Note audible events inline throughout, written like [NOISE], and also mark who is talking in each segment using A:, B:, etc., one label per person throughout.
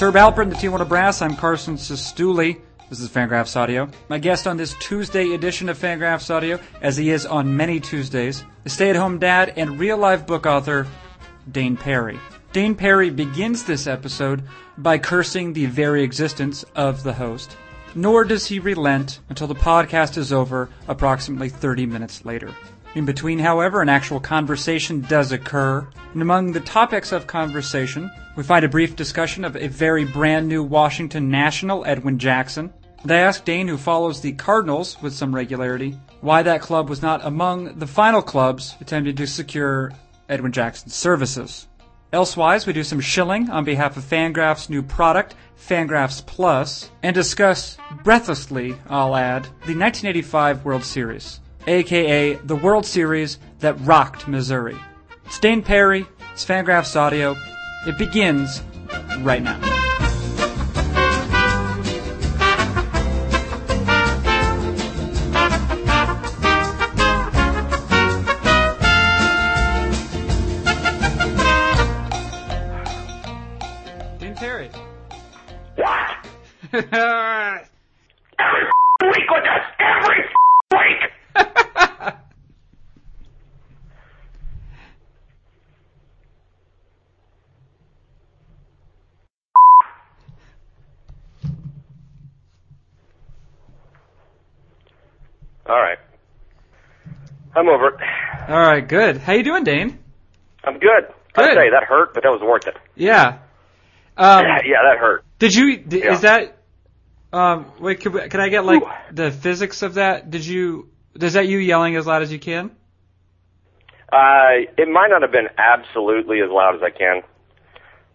A: Herb Alpert in the Tijuana Brass. I'm Carson Sestouli. This is Fangraphs Audio. My guest on this Tuesday edition of Fangraphs Audio, as he is on many Tuesdays, is stay-at-home dad and real-life book author Dane Perry. Dane Perry begins this episode by cursing the very existence of the host, nor does he relent until the podcast is over approximately 30 minutes later. In between, however, an actual conversation does occur, and among the topics of conversation, we find a brief discussion of a very brand new Washington national, Edwin Jackson. And I asked Dane, who follows the Cardinals with some regularity, why that club was not among the final clubs attempting to secure Edwin Jackson's services. Elsewise, we do some shilling on behalf of Fangraph's new product, Fangraphs Plus, and discuss, breathlessly, I'll add, the 1985 World Series, aka the World Series that rocked Missouri. It's Dane Perry, it's Fangraphs Audio. It begins right now. Dane [LAUGHS] Perry.
B: every week with us every week. [LAUGHS] All right, I'm over it.
A: All right, good. How you doing, Dane?
B: I'm good. I
A: Good.
B: tell you that hurt, but that was worth it. [LAUGHS]
A: Yeah. Um,
B: yeah, that hurt.
A: Did you? d
B: Yeah.
A: Is that? Um, wait, could, we- could I get like
B: Ooh.
A: the physics of that? Did you? Is that you yelling as loud as you can?
B: Uh, it might not have been absolutely as loud as I can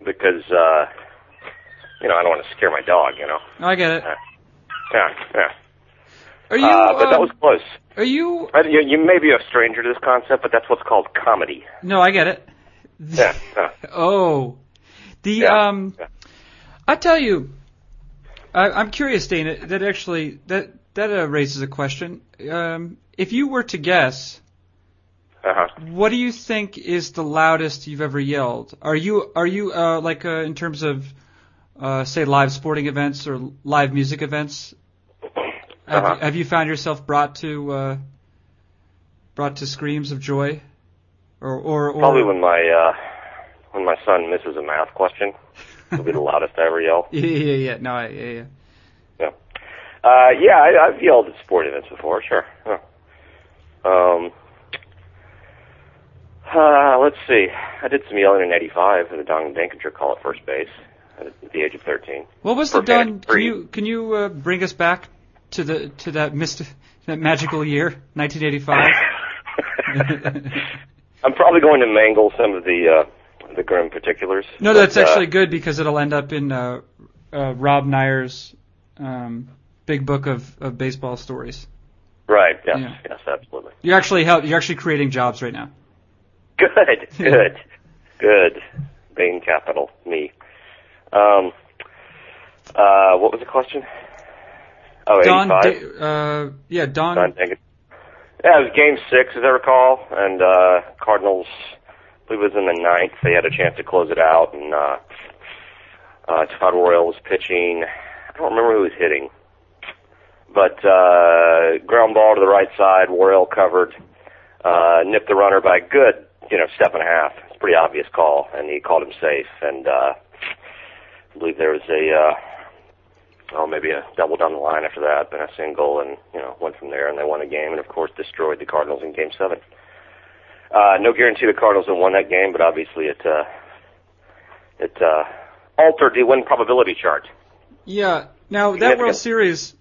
B: because uh, you know I don't want to scare my dog. You know.
A: Oh, I get it.
B: Yeah, yeah.
A: Are you?
B: uh, but that
A: um,
B: was close.
A: Are you?
B: I, you, you may be a stranger to this concept, but that's what's called
A: [LAUGHS]
B: comedy.
A: No, I get it.
B: Yeah. yeah.
A: Oh, the
B: Yeah.
A: um,
B: Yeah.
A: I tell you, I, I'm curious, Dana. That actually that that uh, raises a question. Um, if you were to guess,
B: Uh-huh.
A: what do you think is the loudest you've ever yelled? Are you are you uh, like uh, in terms of uh, say live sporting events or live music events? Have,
B: Uh-huh.
A: have you found yourself brought to uh, brought to screams of joy, or or, or
B: Probably when my uh, when my son misses a math question, it'll be the loudest I ever yell.
A: [LAUGHS] yeah yeah yeah no I, yeah yeah
B: Yeah. Uh, yeah, I, I've yelled at sport events before, sure. Yeah. Um, uh, let's see. I did some yelling in '85 at the Don Dinkinger call at first base at the age of 13.
A: what was the
B: For Panic
A: done? Can
B: Three.
A: you can you uh, bring us back to the to that mist [LAUGHS] that magical year [LAUGHS]
B: [LAUGHS]
A: 1985?
B: [LAUGHS] I'm probably going to mangle some of the uh, the grim particulars.
A: No,
B: but,
A: that's
B: uh,
A: actually good because it'll end up in uh, uh, Rob Nier's um, big book of, of baseball stories.
B: right. Yes,
A: Yeah.
B: yes, absolutely.
A: You actually help. You're actually creating jobs right now.
B: Good, good, good. Bain Capital, me. Um, uh, what was the question? Oh,
A: Don,
B: 85.
A: Da- uh, yeah, Don.
B: Don Dinkin- Yeah, it was game six, as I recall, and uh, Cardinals, I believe it was in the ninth, they had a chance to close it out, and uh, uh, Todd Royal was pitching. I don't remember who was hitting, but uh, ground ball to the right side, Royal covered, uh, nipped the runner by a good, you know, step and a half. It's a pretty obvious call, and he called him safe, and uh, I believe there was a, uh, oh, maybe a double down the line after that, then a single, and you know, went from there, and they won the game, and of course destroyed the Cardinals in Game Seven. Uh, no guarantee the Cardinals would have won that game, but obviously it uh, it uh, altered the win probability chart. [LAUGHS]
A: Yeah. Now that
B: Significant.
A: World Series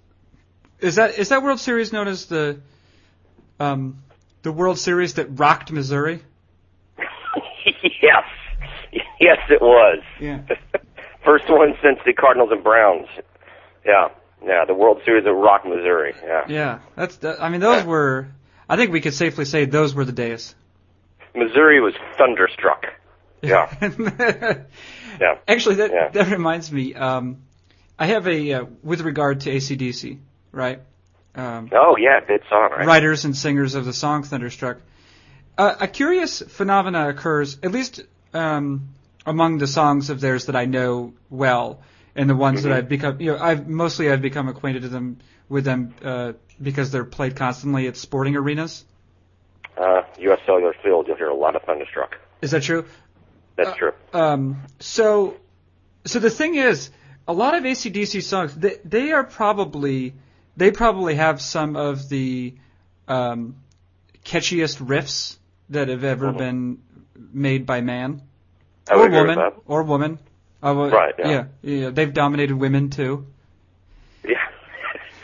A: is that is that World Series known as the um, the World Series that rocked Missouri?
B: yes, yes, it was.
A: Yeah.
B: [LAUGHS] First one since the Cardinals and Browns. Yeah, yeah, the World Series at Rock, Missouri. Yeah,
A: Yeah. That's. That, I mean, those were. I think we could safely say those were the days.
B: Missouri was thunderstruck.
A: [LAUGHS]
B: Yeah, yeah.
A: Actually, that
B: Yeah.
A: that reminds me. Um, I have a uh, with regard to ACDC, right? Um,
B: Oh yeah, it's on right.
A: Writers and singers of the song Thunderstruck. Uh, a curious phenomena occurs, at least um, among the songs of theirs that I know well, and the ones
B: Mm-hmm.
A: that I've become, you know, I've mostly I've become acquainted to them with them uh, because they're played constantly at sporting arenas.
B: Uh, U.S. Cellular Field, you'll hear a lot of Thunderstruck.
A: Is that true?
B: That's true.
A: Um, so, so the thing is, a lot of ACDC songs they, they are probably they probably have some of the um, catchiest riffs that have ever
B: Mhm.
A: been made by man
B: I
A: or
B: would agree with
A: woman
B: that.
A: or woman. I would-
B: Right, yeah.
A: yeah. Yeah. They've dominated women too.
B: [LAUGHS] Yeah.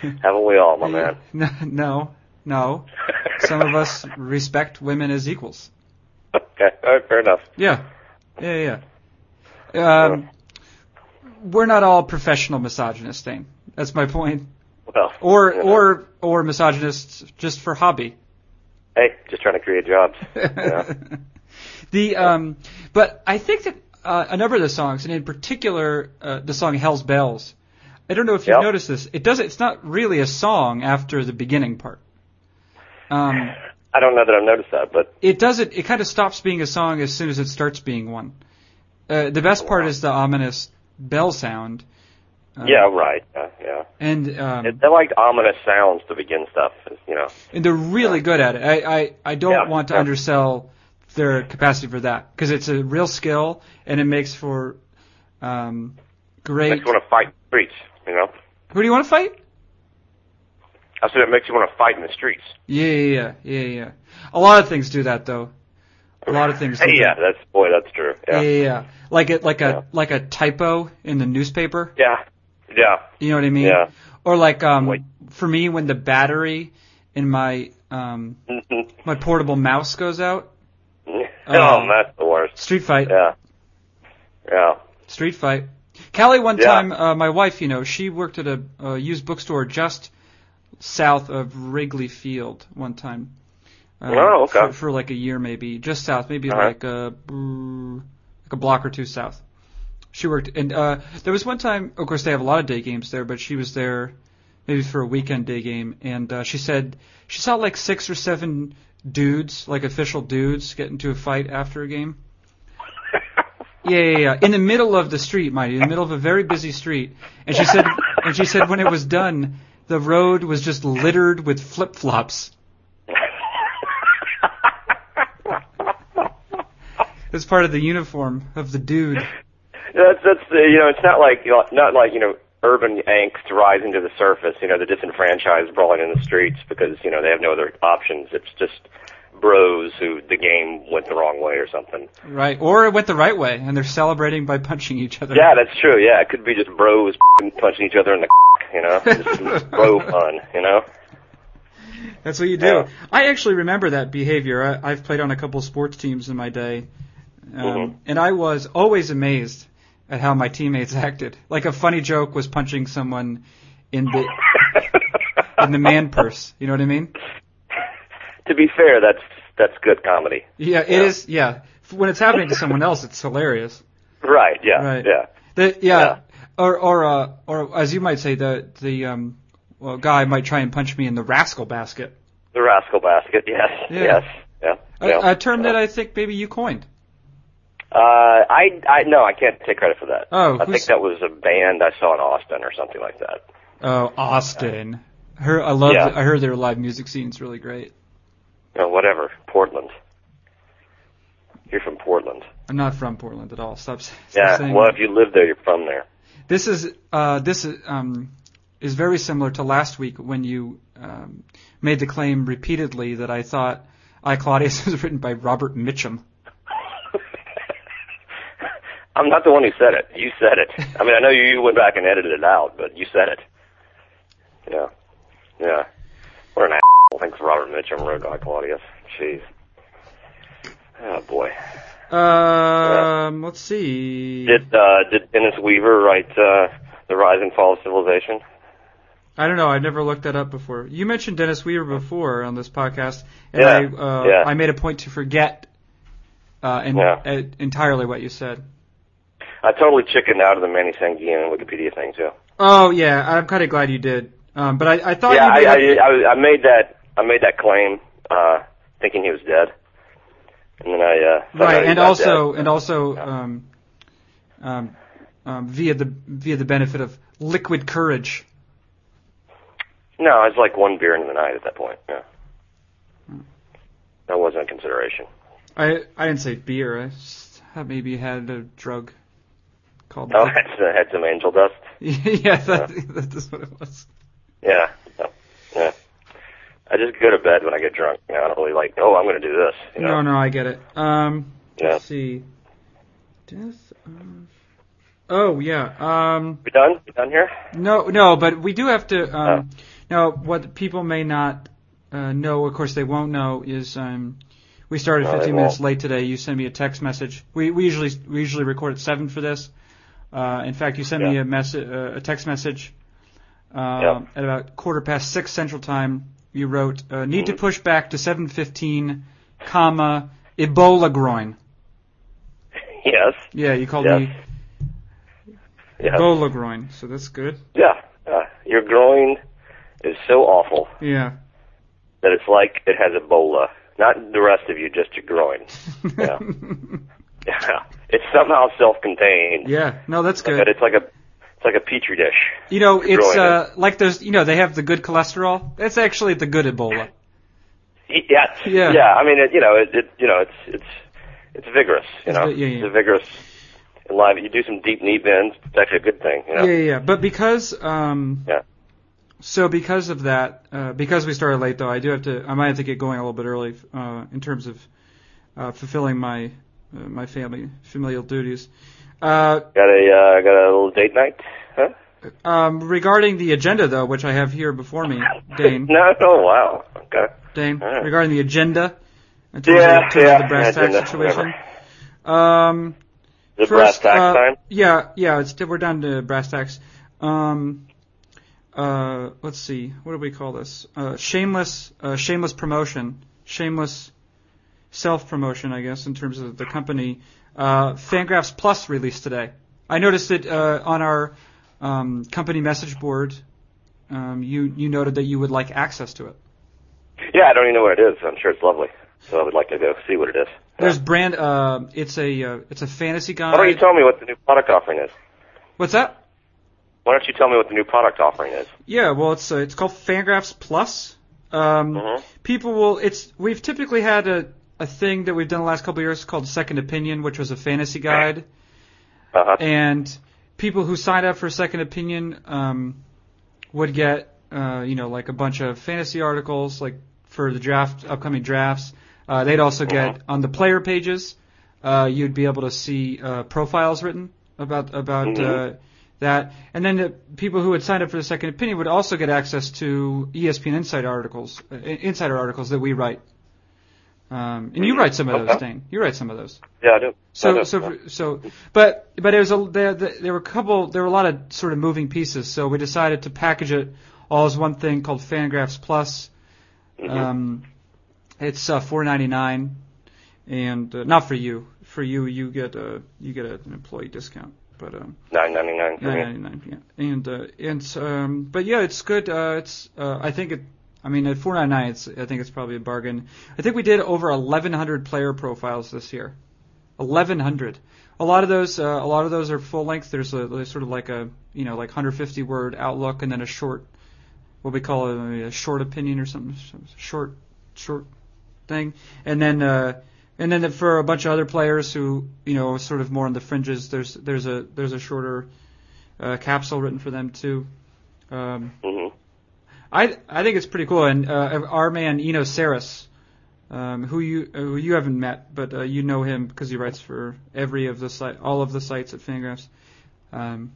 B: Haven't we all, my Oh, man?
A: No, [LAUGHS] no,
B: [LAUGHS]
A: no. Some of us respect women as equals.
B: okay, all right, fair enough.
A: Yeah. Yeah, yeah, yeah. Um, we're not all professional misogynists, Dane. That's my point.
B: Well,
A: Or
B: you know,
A: or or misogynists just for hobby.
B: hey, just trying to
A: [LAUGHS]
B: create jobs. yeah.
A: the um, but I think that uh, a number of the songs, and in particular uh, the song "Hell's Bells," I don't know if you
B: Yep.
A: have noticed this. It does. It's not really a song after the beginning part. Um,
B: I don't know that I've noticed that, but
A: it does it. It kind of stops being a song as soon as it starts being one. Uh, the best part is the ominous bell sound. Uh,
B: yeah, right. Yeah, yeah.
A: and um,
B: It, they liked ominous sounds to begin stuff. You know,
A: and they're really good at it. I I, I don't
B: Yeah,
A: want to
B: yeah.
A: undersell their capacity for that because it's a real skill and it makes for um,
B: makes
A: great.
B: you want to fight in the streets. You know,
A: Who do you want to fight?
B: I said it makes you want to fight in the streets.
A: Yeah, yeah, yeah, yeah, yeah. A lot of things do that though. A lot of things. Do
B: Hey, yeah,
A: that.
B: that's boy, that's true.
A: Yeah,
B: Yeah,
A: yeah, yeah. Like a like a
B: Yeah.
A: like a typo in the newspaper.
B: yeah, yeah.
A: You know what I mean?
B: Yeah. [LAUGHS]
A: Or like um
B: Wait.
A: for me when the battery in my um
B: Mhm.
A: my portable mouse goes out.
B: oh, that's the worst.
A: Street fight.
B: Yeah, yeah.
A: Street fight. Callie, one
B: Yeah.
A: time, uh, my wife, you know, she worked at a uh, used bookstore just south of Wrigley Field one time. Uh,
B: Oh, okay.
A: For, for like a year, maybe just south, maybe
B: Uh-huh.
A: like a mm, like a block or two south. She worked, and uh, there was one time. Of course, they have a lot of day games there, but she was there maybe for a weekend day game, and uh, she said she saw like six or seven dudes, like official dudes, get into a fight after a game. Yeah, yeah, yeah. In the middle of the street, mind you, in the middle of a very busy street. And she said, and she said when it was done, the road was just littered with flip flops. It's part of the uniform of the dude.
B: That's that's the, you know it's not like you know, not like you know urban angst rising to the surface. You know the disenfranchised brawling in the streets because you know they have no other options. It's just bros who the game went the wrong way or something.
A: Right. Or it went the right way, and they're celebrating by punching each other.
B: Yeah, that's true. Yeah, it could be just bros [LAUGHS] punching each other in the [LAUGHS] you know
A: [LAUGHS]
B: just bro fun. You know.
A: That's what you do.
B: Yeah.
A: I actually remember that behavior. I, I've played on a couple sports teams in my day, um,
B: Mhm.
A: and I was always amazed at how my teammates acted. Like a funny joke was punching someone in the in the man purse. You know what I mean?
B: [LAUGHS] to be fair, that's that's good comedy.
A: Yeah, it
B: Yeah.
A: is. yeah. F When it's happening to someone else, it's hilarious.
B: Right. Yeah.
A: Right.
B: Yeah.
A: The, yeah,
B: Yeah.
A: Or or uh, or as you might say, the the um well, guy might try and punch me in the rascal basket.
B: The rascal basket. Yes.
A: Yeah.
B: Yes. Yeah.
A: A,
B: yeah.
A: a term that I think maybe you coined.
B: Uh, I, I no, I can't take credit for that.
A: Oh,
B: I
A: who's-
B: think that was a band I saw in Austin or something like that.
A: Oh, Austin. Her, I love.
B: Yeah.
A: I heard their live music scene's really great.
B: No, whatever. Portland. You're from Portland.
A: I'm not from Portland at all. Stop, stop
B: Yeah.
A: saying.
B: Well, if you live there, you're from there.
A: This is uh, this is, um, is very similar to last week when you um, made the claim repeatedly that I thought I Claudius [LAUGHS] was written by Robert Mitchum.
B: [LAUGHS] I'm not the one who said it. You said it. I mean, I know you went back and edited it out, but you said it. Yeah. Yeah. What an asshole. Thanks, Robert Mitchum, Road Dog Claudius. Jeez. Oh boy.
A: Um, let's see.
B: Did uh, did Dennis Weaver write uh, the Rise and Fall of Civilization?
A: I don't know. I never looked that up before. You mentioned Dennis Weaver before on this podcast, and
B: Yeah,
A: I uh,
B: yeah.
A: I made a point to forget uh, and,
B: Yeah.
A: uh, entirely what you said.
B: I totally chickened out of the Manny Sanguian Wikipedia thing too.
A: Oh yeah, I'm kind of glad you did. Um, but I, I thought
B: yeah,
A: you
B: I,
A: made
B: I,
A: up-
B: I, was- I made that I made that claim uh, thinking he was dead, and then I uh, found out
A: right,
B: he's
A: and
B: not
A: also
B: dead.
A: and also
B: Yeah.
A: um, um, um, via the via the benefit of liquid courage.
B: No, it's like one beer into the night at that point. Yeah, that wasn't a consideration.
A: I I didn't say beer. I s- had- maybe had a drug called.
B: [LAUGHS] Oh, had some, had some angel dust.
A: [LAUGHS] yeah, that, [LAUGHS] that is what it was.
B: Yeah, no, yeah. I just go to bed when I get drunk. You know, I don't really like. Oh, I'm going to do this. You know?
A: No, no, I get it. Um,
B: Yeah.
A: let's see. Death of. Oh yeah. Um.
B: We done? We done here? [LAUGHS]
A: No, no, but we do have to. Um,
B: Oh.
A: No, what people may not uh, know, of course they won't know, is um, we started
B: No, they
A: 15 minutes
B: won't.
A: late today. You sent me a text message. We we usually we usually record at seven for this. Uh, in fact, you sent me
B: Yeah.
A: a message, uh, a text message, uh,
B: Yeah.
A: at about quarter past six central time. You wrote, uh, "Need to
B: Mm-hmm.
A: push back to 7:15, comma Ebola groin."
B: Yes.
A: Yeah, you called
B: Yes.
A: me
B: Yes.
A: Ebola groin, so that's good.
B: Yeah. yeah. Your groin is so awful
A: Yeah.
B: that it's like it has Ebola. Not the rest of you, just your groin. [LAUGHS] Yeah. Yeah. It's somehow
A: [LAUGHS]
B: self-contained.
A: yeah. No, that's good.
B: But it's like a it's like a petri dish.
A: You know, it's
B: growing
A: uh, like those. You know, they have the good cholesterol. That's actually the good Ebola.
B: [LAUGHS] Yeah.
A: Yeah.
B: Yeah. I mean, it, you know, it, it you know, it's it's it's vigorous. You
A: It's
B: know,
A: vi- yeah, yeah.
B: it's a vigorous. In live, you do some deep knee bends. It's actually a good thing. You know?
A: Yeah, yeah. yeah. But because um,
B: Yeah.
A: so because of that, uh, because we started late, though, I do have to. I might have to get going a little bit early uh, in terms of uh, fulfilling my uh, my family familial duties. Uh,
B: Got a uh, got a little date night, huh?
A: um, regarding the agenda, though, which I have here before
B: [LAUGHS]
A: me, Dane.
B: no, no, wow. Okay.
A: Dane,
B: All right.
A: regarding the agenda, in terms
B: Yeah,
A: of, in terms of
B: yeah,
A: the brass
B: agenda,
A: tax situation.
B: whatever.
A: Um,
B: The brass
A: First,
B: tack
A: uh,
B: time.
A: Yeah, yeah. It's, we're down to brass tacks. Um, uh, let's see. What do we call this? Uh, shameless, uh, shameless promotion, shameless self-promotion, I guess, in terms of the company. Uh, Fangraphs Plus released today. I noticed that uh, on our um, company message board, um, you you noted that you would like access to it.
B: Yeah, I don't even know what it is. I'm sure it's lovely. So I would like to go see what it is.
A: There's brand. Uh, it's a uh, it's a fantasy guide.
B: Why don't you tell me what the new product offering is?
A: What's that?
B: Why don't you tell me what the new product offering is?
A: Yeah, well, it's uh, it's called Fangraphs Plus. Um,
B: Mhm.
A: People will. It's we've typically had a a thing that we've done the last couple of years called Second Opinion, which was a fantasy guide,
B: Uh-huh.
A: and people who signed up for Second Opinion um, would get uh, you know like a bunch of fantasy articles like for the draft upcoming drafts. Uh, they'd also get on the player pages. Uh, you'd be able to see uh, profiles written about about
B: Mhm.
A: uh, that, and then the people who had signed up for the second opinion would also get access to E ESPN Insider articles, uh, insider articles that we write. Um, and you
B: Mhm.
A: write some of those,
B: Okay.
A: Dane. You write some of those.
B: Yeah, I do. I
A: So
B: do. Mm-hmm.
A: so
B: Yeah.
A: for- so, but but there was a there there there were a couple there were a lot of sort of moving pieces. So we decided to package it all as one thing called Fangraphs Plus.
B: Mm-hmm.
A: Um, it's uh, 4.99, and uh, not for you. For you, you get a you get an employee discount, but um,
B: 9.99 for me.
A: 9.99. Yeah, and uh, and um, but yeah, it's good. Uh, it's uh, I think it. I mean, at 4.99, it's I think it's probably a bargain. I think we did over 1,100 player profiles this year. 1,100. A lot of those, uh, a lot of those are full length. There's a there's sort of like a you know like 150 word outlook, and then a short, what we call a, a short opinion or something, some short short thing, and then. Uh, and then for a bunch of other players who, you know, are sort of more on the fringes, there's there's a there's a shorter uh, capsule written for them too. Um,
B: Mm-hmm.
A: I I think it's pretty cool. And uh, our man Eno Saris, um, who you uh, who you haven't met, but uh, you know him because he writes for every of the site, all of the sites at Fangraphs. Um,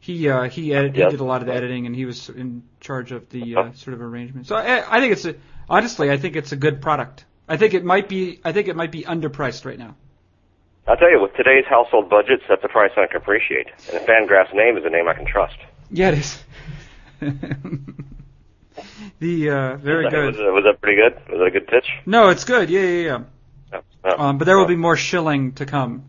A: he uh, he, edit,
B: Yeah.
A: he did a lot of the editing, and he was in charge of the uh, sort of arrangement. So I, I think it's a, honestly, I think it's a good product. I think it might be I think it might be underpriced right now.
B: I'll tell you, with today's household budgets, that's a price I can appreciate. And a Fangraph's name is a name I can trust.
A: Yeah, it is. [LAUGHS] the uh, very
B: Was,
A: good.
B: that- was that pretty good? Was that a good pitch?
A: No, it's good. Yeah, yeah, yeah.
B: No. No.
A: Um, but there will be
B: Oh.
A: more shilling to come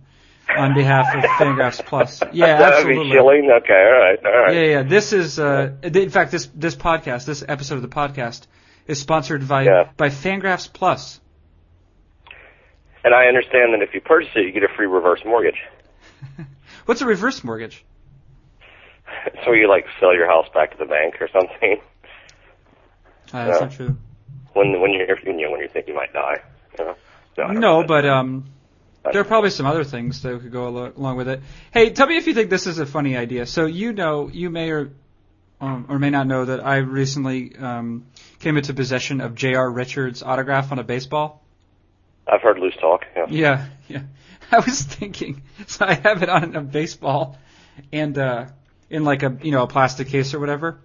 A: on behalf of Fangraphs
B: [LAUGHS]
A: Plus. Yeah,
B: that would be
A: absolutely.
B: chilling. Okay, all right, all right.
A: Yeah, yeah. This is, uh, in fact, this this podcast, this episode of the podcast, is sponsored by
B: Yeah.
A: by Fangraphs Plus.
B: And I understand that if you purchase it, you get a free reverse mortgage.
A: What's a reverse mortgage?
B: [LAUGHS] So you like sell your house back to the bank or something [LAUGHS]
A: Uh, that's
B: Yeah.
A: not true.
B: when when you're you know when you think you might die. You know? I don't
A: No,
B: know.
A: but um,
B: That's-
A: there are probably some other things that could go alo- along with it. Hey, tell me if you think this is a funny idea. So you know, you may or um, or may not know that I recently um, came into possession of J.R. Richards' autograph on a baseball.
B: I've heard loose talk. Yeah.
A: Yeah, yeah. [LAUGHS] I was thinking, so I have it on a baseball, and uh, in like a you know a plastic case or whatever.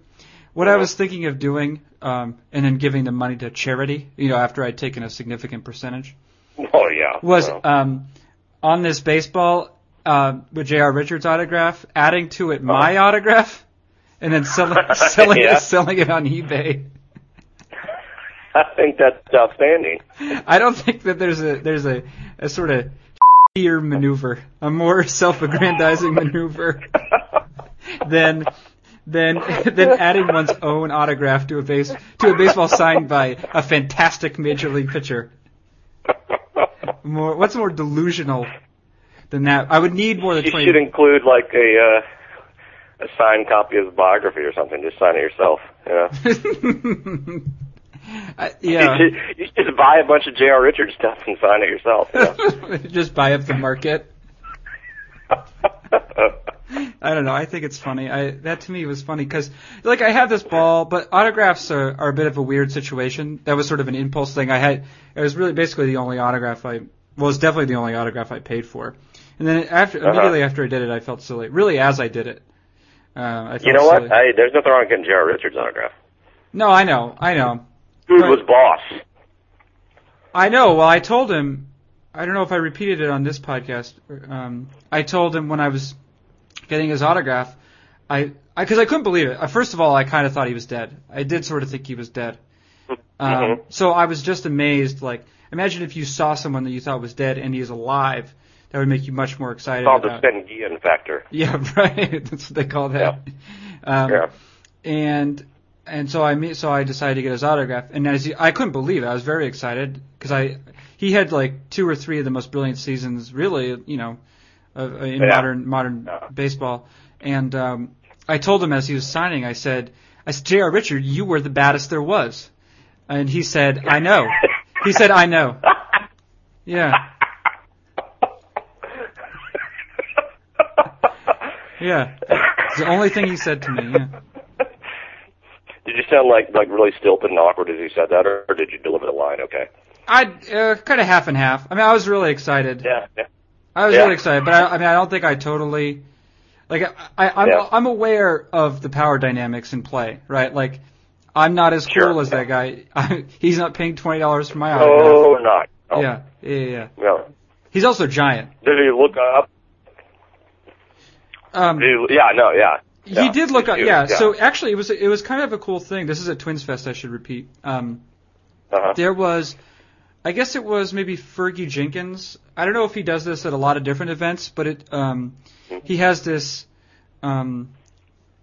A: What
B: Uh-huh.
A: I was thinking of doing, um, and then giving the money to charity, you know, after I'd taken a significant percentage,
B: [LAUGHS] Oh yeah.
A: was
B: Well,
A: um, on this baseball uh, with J.R. Richards' autograph, adding to it my autograph, and then
B: [LAUGHS]
A: selling [LAUGHS] selling
B: Oh. Yeah.
A: it, selling it on eBay.
B: [LAUGHS] I think that's outstanding.
A: I don't think that there's a there's a, a sort of shittier maneuver, a more self-aggrandizing
B: [LAUGHS]
A: maneuver than [LAUGHS] than than adding one's own autograph to a base to a baseball signed by a fantastic major league pitcher. More what's more delusional than that? I would need more than
B: You
A: twenty.
B: should include like a uh, a signed copy of the biography or something. Just sign it yourself. You know.
A: I, [LAUGHS] yeah.
B: You, should, you should just buy a bunch of J.R. Richards stuff and sign it yourself.
A: [LAUGHS]
B: You know?
A: just buy up the market. I don't know. I think it's funny. I that to me was funny because like I had this ball, but autographs are, are a bit of a weird situation. That was sort of an impulse thing. I had it was really basically the only autograph I well, it's definitely the only autograph I paid for. And then after
B: Uh-huh.
A: immediately after I did it, I felt silly. Really, as I did it, uh, I felt
B: you know
A: silly.
B: what? I, there's nothing wrong with getting J.R. Richards autograph.
A: no, I know, I know.
B: Dude
A: Right.
B: was boss.
A: I know. Well, I told him. I don't know if I repeated it on this podcast. or, Um, I told him when I was getting his autograph, I because I, couldn't believe it. Uh, First of all, I kind of thought he was dead. I did sort of think he was dead. Um,
B: Mhm.
A: So I was just amazed. Like, imagine if you saw someone that you thought was dead and he's alive. That would make you much more excited.
B: Called the
A: about-
B: Ben
A: [LAUGHS]
B: Guillen factor. [LAUGHS]
A: yeah, right. That's what they call that. Um,
B: Yeah.
A: and and so I meet, so I decided to get his autograph, and as he, I couldn't believe it, I was very excited because I he had like two or three of the most brilliant seasons, really, you know, of, uh, in
B: Yeah.
A: modern modern
B: Yeah.
A: baseball. And um, I told him as he was signing, I said, I said, J.R. Richard, you were the baddest there was, and he said, I know. He said, I know. Yeah, yeah. It's the only thing he said to me. Yeah.
B: Did you sound like like really stilted and awkward as you said that, or, or did you deliver the line okay?
A: I uh, kind of half and half. I mean, I was really excited.
B: Yeah, yeah.
A: I was
B: Yeah.
A: really excited, but I, I mean, I don't think I totally like. I, I, I'm
B: Yeah.
A: I'm aware of the power dynamics in play, right? Like, I'm not as cool
B: Sure,
A: as that guy. [LAUGHS] he's not paying twenty dollars for my autograph.
B: Oh, not. Oh,
A: Yeah, yeah, yeah, yeah.
B: No.
A: He's also giant.
B: Did you look up?
A: Um,
B: Did you, yeah, no, yeah. yeah.
A: he did look up.
B: You-
A: Yeah, So actually, it was it was kind of a cool thing. This is at Twins Fest. I should repeat. Um,
B: uh-huh.
A: there was I guess it was maybe Fergie Jenkins. I don't know if he does this at a lot of different events, but it um he has this um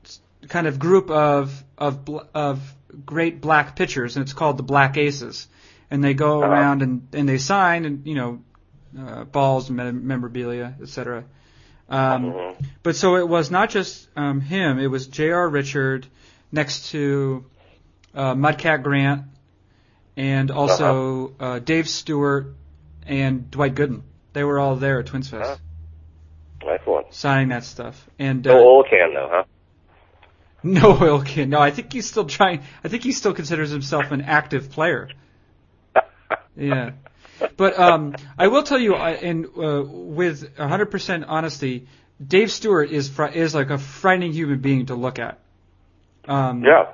A: s- kind of group of of bl- of great black pitchers and it's called the Black Aces. And they go
B: Uh-huh.
A: around and and they sign and you know uh, balls and mem- memorabilia, etc. Um
B: Mhm.
A: but so it was not just um him, it was J.R. Richard next to uh, Mudcat Grant, and also
B: Uh-huh.
A: uh Dave Stewart and Dwight Gooden. They were all there at Twins Fest
B: Uh-huh. Nice one.
A: signing that stuff. And uh,
B: No
A: [LAUGHS]
B: oil can though, huh?
A: no oil can. No, I think he's still trying. I think he still considers himself an active player. Yeah. But um, I will tell you, I, and uh, with 100% honesty, Dave Stewart is fr- is like a frightening human being to look at. Um,
B: Yeah.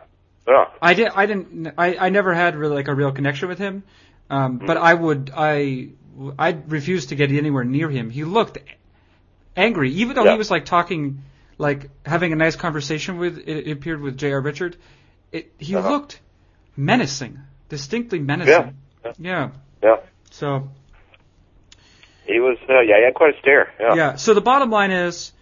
B: Yeah.
A: I did. I didn't. I, I never had really like a real connection with him. Um, but
B: Mm-hmm.
A: I would. I I refused to get anywhere near him. He looked angry, even though
B: Yeah.
A: he was like talking, like having a nice conversation with. It, it appeared with J.R. Richard. It he
B: Uh-huh.
A: looked menacing, distinctly menacing.
B: Yeah.
A: Yeah.
B: Yeah.
A: So
B: He was. Uh, yeah. He had quite a stare. Yeah.
A: yeah. So the bottom line is,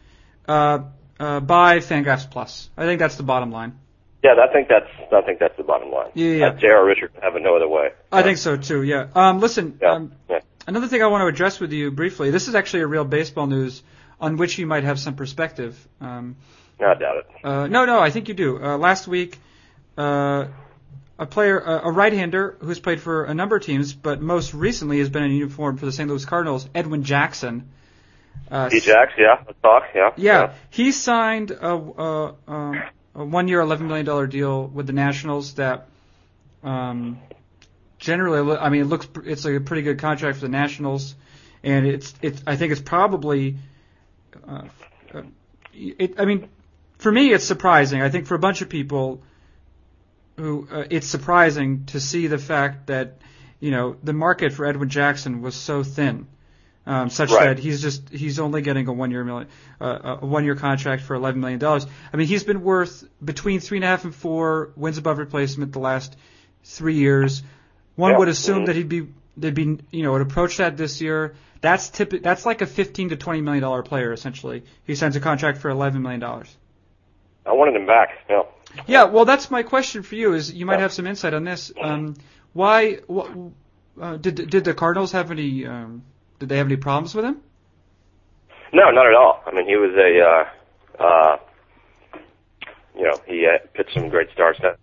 A: uh, uh, buy Fangraphs Plus. I think that's the bottom line.
B: Yeah, I think that's. I think that's the bottom line.
A: Yeah, yeah.
B: That's J.R. Richard having no other way.
A: I think so too. Yeah. Um, listen.
B: Yeah.
A: Um,
B: yeah.
A: Another thing I want to address with you briefly, this is actually a real baseball news on which you might have some perspective. Um,
B: No, I doubt it.
A: uh, no, no, I think you do. Uh, last week, uh, a player, uh, a a right-hander who's played for a number of teams, but most recently has been in uniform for the St. Louis Cardinals, Edwin Jackson. Uh,
B: Ajax, yeah. Let's talk, yeah.
A: yeah, he signed a, a, um, a one-year, eleven million dollar deal with the Nationals. That um, generally, lo- I mean, it looks pr- it's a pretty good contract for the Nationals, and it's it's I think it's probably, uh, uh, it, I mean, for me it's surprising. I think for a bunch of people, who uh, it's surprising to see the fact that you know the market for Edwin Jackson was so thin, um, such
B: Right.
A: that he's just he's only getting a one year million uh, a one year contract for eleven million dollars. I mean he's been worth between three and a half and four wins above replacement the last three years. One
B: Yeah.
A: would assume
B: Mhm.
A: that he'd be they'd be you know would approach that this year. That's typ- that's like a fifteen to twenty million dollar player essentially. He signs a contract for eleven million dollars.
B: I wanted him back. No.
A: Yeah, well, that's my question for you. Is you might
B: Yeah.
A: have some insight on this. Um, why? wh- uh, did did the Cardinals have any? Um, did they have any problems with him?
B: No, not at all. I mean, he was a, uh, uh, you know, he uh, pitched some great starts. Not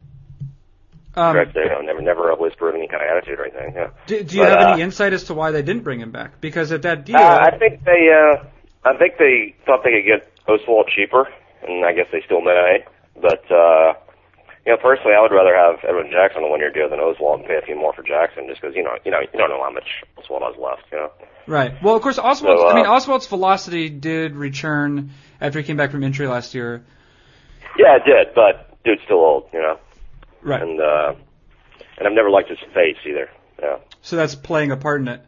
A: Um,
B: correct, you know, never, never a whisper of any kind of attitude or anything. Yeah.
A: do, do you
B: But,
A: have any
B: uh,
A: insight as to why they didn't bring him back? Because at that deal,
B: Uh, I think they, uh, I think they thought they could get Oswald cheaper, and I guess they still may. But uh, you know, personally, I would rather have Edwin Jackson on a one-year deal than Oswald and pay a few more for Jackson, just because you know, you know, you don't know how much Oswald has left. You know,
A: right? Well, of course, Oswald.
B: So,
A: I mean,
B: uh,
A: Oswald's velocity did return after he came back from injury last year.
B: yeah, it did, but dude's still old, you know,
A: Right.
B: and uh, and I've never liked his face either. Yeah,
A: So that's playing a part in it.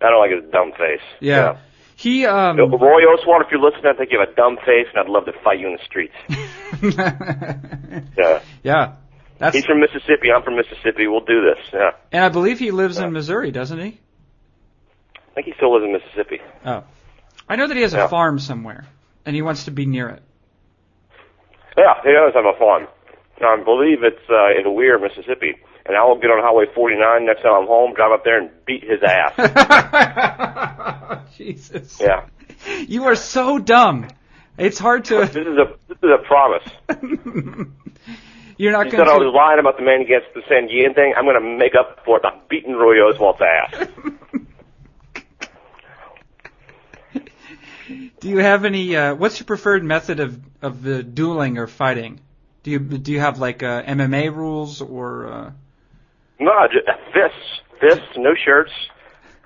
B: I don't like his dumb face.
A: Yeah. He. Um, [LAUGHS]
B: Yeah. Roy Oswald, if you're listening, I think you have a dumb face, and I'd love to fight you in the streets. Yeah.
A: yeah. That's
B: He's from Mississippi. I'm from Mississippi. We'll do this. Yeah.
A: and I believe he lives
B: Yeah.
A: in Missouri, doesn't he?
B: I think he still lives in Mississippi.
A: Oh. I know that he has a
B: Yeah.
A: farm somewhere, and he wants to be near
B: [LAUGHS]
A: it.
B: Yeah, he does have a farm. I believe it's uh, in Weir, Mississippi. And I will get on Highway 49 next time I'm home, drive up there and beat
A: [LAUGHS]
B: his ass.
A: Jesus.
B: yeah.
A: You are so dumb. It's hard to.
B: This is a this is a promise.
A: [LAUGHS] You're not
B: He said I was
A: going
B: lying about the man against the San Diego thing. I'm going to make up for it by beating Roy Oswald's ass.
A: to. [LAUGHS] Do you have any? Uh, what's your preferred method of of uh, dueling or fighting? Do you do you have like uh, MMA rules or? Uh...
B: No, just fists, fists, no shirts,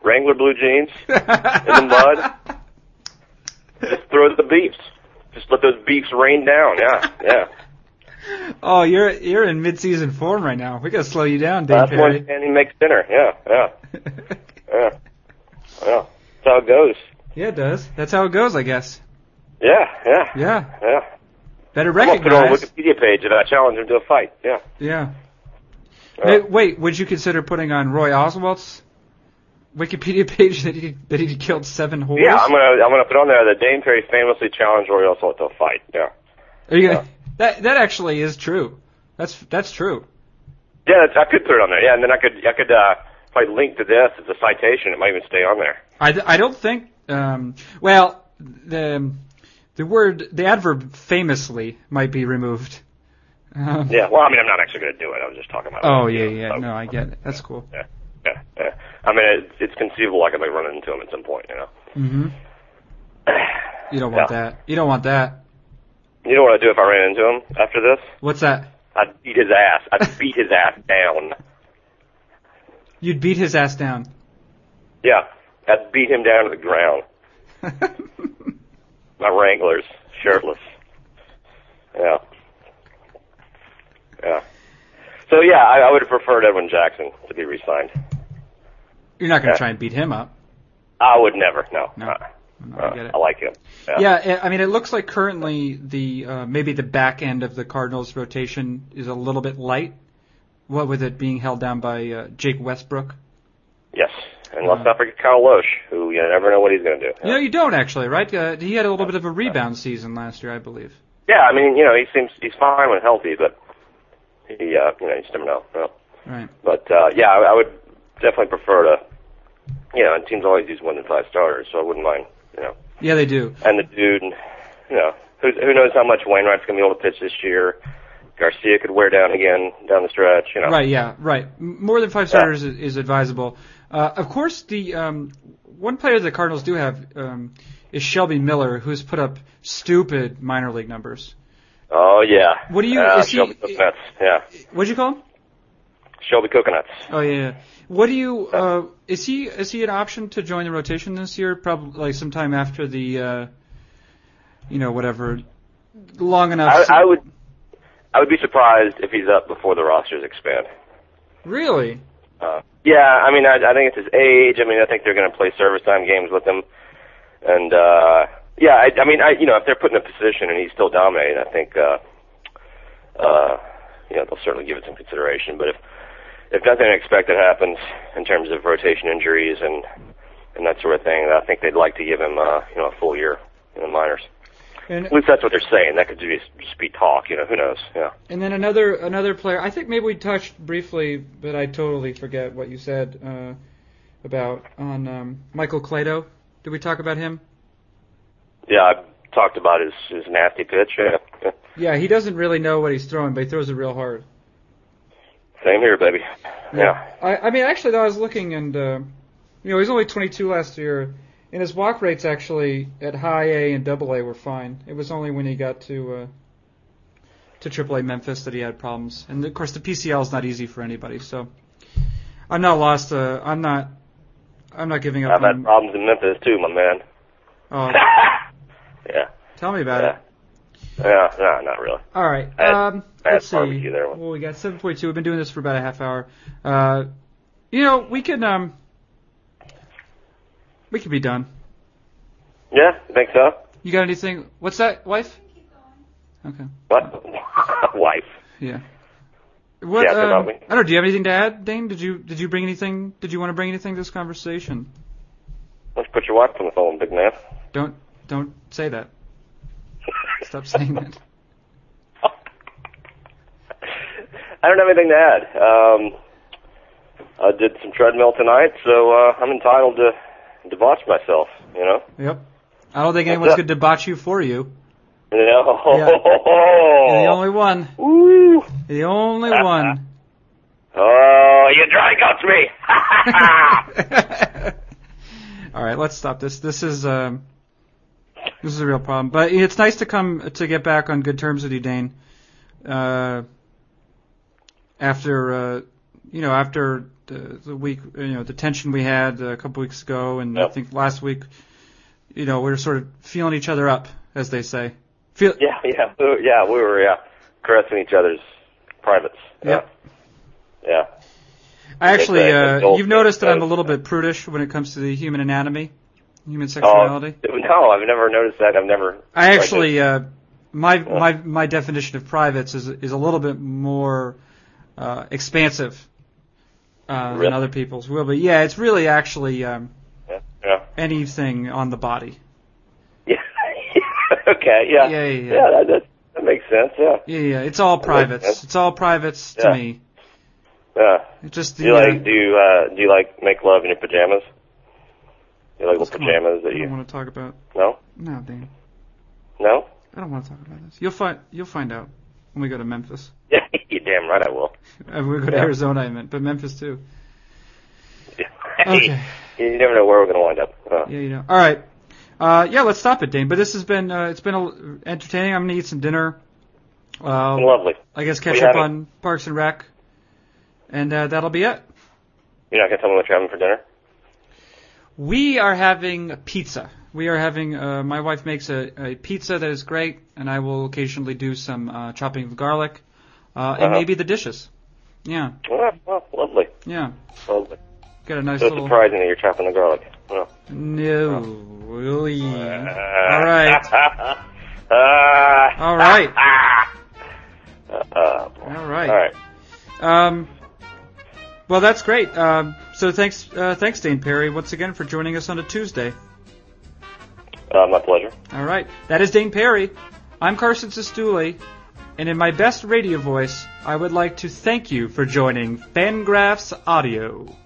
B: Wrangler blue jeans, in the mud. Just throw the beefs. Just let those beefs rain down. Yeah,
A: [LAUGHS]
B: yeah.
A: [LAUGHS] Oh, you're you're in mid season form right now. We gotta slow you down, Dave
B: Last
A: Perry.
B: one, and he makes dinner. Yeah, yeah, yeah, yeah. That's how it goes.
A: yeah, it does. That's how it goes, I guess.
B: Yeah, yeah,
A: Yeah,
B: yeah.
A: better
B: I'm gonna put it on a
A: recognize.
B: Wikipedia page and I challenge him to a fight. Yeah.
A: Yeah.
B: yeah.
A: Hey, wait, would you consider putting on Roy Oswald's Wikipedia page that he that he killed seven whores?
B: Yeah, I'm gonna I'm gonna put on there that Dane Perry famously challenged Roy Oswald to a fight. Yeah,
A: Are you gonna, That that actually is true. That's that's true.
B: yeah, that's, I could put it on there. Yeah, and then I could I could uh, if I link to this as a citation, it might even stay on there.
A: I, d- I don't think. Um, well, the the word the adverb famously might be removed. Um,
B: Yeah, well, I mean, I'm not actually gonna do it. I was just talking about.
A: Oh yeah
B: you know,
A: yeah
B: so-
A: no I get it. That's cool.
B: Yeah, yeah, yeah. I mean, it's, it's conceivable I could be running into him at some point. You know. [SIGHS]
A: hmm You don't want
B: Yeah.
A: that. You don't want that.
B: You know what I'd do if I ran into him after this?
A: What's that?
B: I'd beat his ass.
A: [LAUGHS]
B: I'd beat his ass down.
A: You'd beat his ass
B: [LAUGHS]
A: down.
B: Yeah, I'd beat him down to the ground. My Wranglers, shirtless. Yeah. Yeah. So yeah, I, I would have preferred Edwin Jackson to be re-signed.
A: You're not gonna
B: Yeah.
A: try and beat him up.
B: I would never. No.
A: No.
B: Uh,
A: No,
B: uh,
A: I get it.
B: I like him. Yeah.
A: Yeah, I- I mean, it looks like currently the uh, maybe the back end of the Cardinals' rotation is a little bit light. What with it being held down by uh, Jake Westbrook?
B: Yes. And let's not forget Kyle Loesch, who you never know what he's going to do.
A: You know, you don't actually, right? Uh, he had a little bit of a rebound season last year, I believe.
B: Yeah, I mean, you know, he seems he's fine when healthy, but he, uh, you know, you just never know. No.
A: Right.
B: But uh, yeah, I, I would definitely prefer to. You know, and teams always use one and five starters, so I wouldn't mind you know.
A: Yeah, they do.
B: And the dude, you know, who who knows how much Wainwright's going to be able to pitch this year. Garcia could wear down again down the stretch, you know.
A: Right, yeah, right. M- More than five starters is, is advisable. Uh, of course, the um, one player the Cardinals do have um, is Shelby Miller, who's put up stupid minor league numbers.
B: Oh yeah.
A: What do you-
B: Uh,
A: is he-
B: Shelby coconuts? Yeah,
A: What'd you call him?
B: Shelby coconuts.
A: Oh yeah, yeah. What do you? Uh, is he is he an option to join the rotation this year? Probably like sometime after the, uh, you know, whatever, long enough.
B: I,
A: se-
B: I would, I would be surprised if he's up before the rosters expand.
A: really.
B: Uh, yeah, I mean, I, I think it's his age. I mean, I think they're going to play service time games with him, and uh, yeah, I, I mean, I you know, if they're put in a position and he's still dominating, I think, uh, uh, you know, they'll certainly give it some consideration. But if if nothing unexpected happens in terms of rotation injuries and and that sort of thing, I think they'd like to give him uh, you know a full year in the minors.
A: And
B: At least that's what they're saying. That could just just be talk. You know, who knows? Yeah.
A: and then another another player. I think maybe we touched briefly, but I totally forget what you said uh, about on um, Michael Clato. Did we talk about him?
B: Yeah, I talked about his his nasty pitch. Yeah. yeah.
A: Yeah, he doesn't really know what he's throwing, but he throws it real hard.
B: Same here, baby. Yeah.
A: I, I mean, actually, though, I was looking and, uh, you know, he's only 22 last year, and his walk rates actually at high A and double A were fine. It was only when he got to, uh, to triple A Memphis that he had problems. And of course, the PCL is not easy for anybody, so I'm not lost, uh, I'm not, I'm not giving up
B: I've had
A: on,
B: problems in Memphis too, my man.
A: oh,
B: yeah.
A: tell me about it.
B: Yeah. Yeah, no, not really.
A: All right.
B: I had-
A: Um,
B: I had
A: let's see.
B: barbecue there.
A: Well, we got 7.2. We've been doing this for about a half hour. Uh, you know, we can um, we could be done.
B: Yeah, you think so?
A: You got anything? What's that, wife? Okay.
B: What? [LAUGHS] Wife.
A: Yeah. What,
B: Yeah, they're
A: um,
B: not me.
A: I don't know. Do you have anything to add, Dane? Did you did you bring anything? Did you want to bring anything to this conversation?
B: Let's put your wife on the phone, big man.
A: Don't don't say that. Stop saying that.
B: [LAUGHS] I don't have anything to add. Um, I did some treadmill tonight, so uh, I'm entitled to debauch myself. You know. [LAUGHS]
A: Yep. I don't think anyone's going to debauch you for you.
B: You know?
A: You're the only one.
B: Oh. Woo.
A: The
B: [LAUGHS]
A: only one.
B: Oh, you dry got me. [LAUGHS]
A: [LAUGHS] All right, let's stop this. This is um, this is a real problem. But it's nice to come to get back on good terms with you, Dane. Uh, after uh, you know, after the, the week, you know, the tension we had a couple weeks ago, and I
B: Yep.
A: think last week, you know, we were sort of feeling each other up, as they say. Feel,
B: yeah, yeah, we were- yeah. We were yeah caressing each other's privates.
A: Yep.
B: Yeah. yeah.
A: I actually,
B: It's a- it's an
A: uh,
B: old
A: you've noticed that I'm a
B: thing.
A: little bit prudish when it comes to the human anatomy, human
B: Oh
A: sexuality.
B: no, I've never noticed that. I've never.
A: I actually, uh, my my my definition of privates is is a little bit more uh, expansive uh, than
B: Really?
A: other people's will, but yeah, it's really actually um,
B: Yeah. Yeah. [LAUGHS]
A: anything on the body.
B: yeah. okay. Yeah. [LAUGHS]
A: Yeah, yeah, yeah.
B: that, that, that makes sense. Yeah.
A: Yeah, yeah, it's all privates. It's all privates to
B: Yeah.
A: me.
B: Yeah.
A: It's just
B: Do
A: the
B: you
A: uh,
B: like do you, uh, do you like make love in your pajamas? Do you like little
A: come on,
B: pajamas that
A: I don't
B: you
A: want to talk about.
B: no
A: No, Dan,
B: no. [LAUGHS]
A: I don't want to talk about this. You'll find you'll find out when we go to Memphis.
B: Yeah, you damn right I will. [LAUGHS]
A: Uh, When we go to
B: Yeah.
A: Arizona, I meant, but Memphis too.
B: Yeah.
A: Okay.
B: you never know where we're gonna wind up. Uh,
A: Yeah, you know. All right. Uh, yeah, let's stop it, Dane. But this has been uh, it's been a, entertaining. I'm gonna eat some dinner. Uh,
B: Lovely.
A: I guess catch
B: We
A: up
B: have it.
A: on Parks and Rec, and uh, that'll be it.
B: You're not gonna tell me what you're having for dinner?
A: We are having pizza. We are having uh, my wife makes a, a pizza that is great, and I will occasionally do some uh, chopping of garlic, uh, and
B: Uh-huh.
A: maybe the dishes. Yeah,
B: Well, well lovely.
A: yeah.
B: Lovely.
A: Got a nice
B: So
A: little.
B: surprising that you're chopping the garlic. Well.
A: No, really. Mm-hmm.
B: [LAUGHS]
A: All right. All
B: Ah.
A: right.
B: [LAUGHS] Uh, uh,
A: All
B: all
A: right.
B: right.
A: Um, well, that's great. Um, so thanks, uh, thanks, Dane Perry, once again for joining us on a Tuesday.
B: Uh, my pleasure.
A: All right, that is Dane Perry. I'm Carson Sestouli, and in my best radio voice, I would like to thank you for
B: [LAUGHS]
A: joining Fangraphs Audio.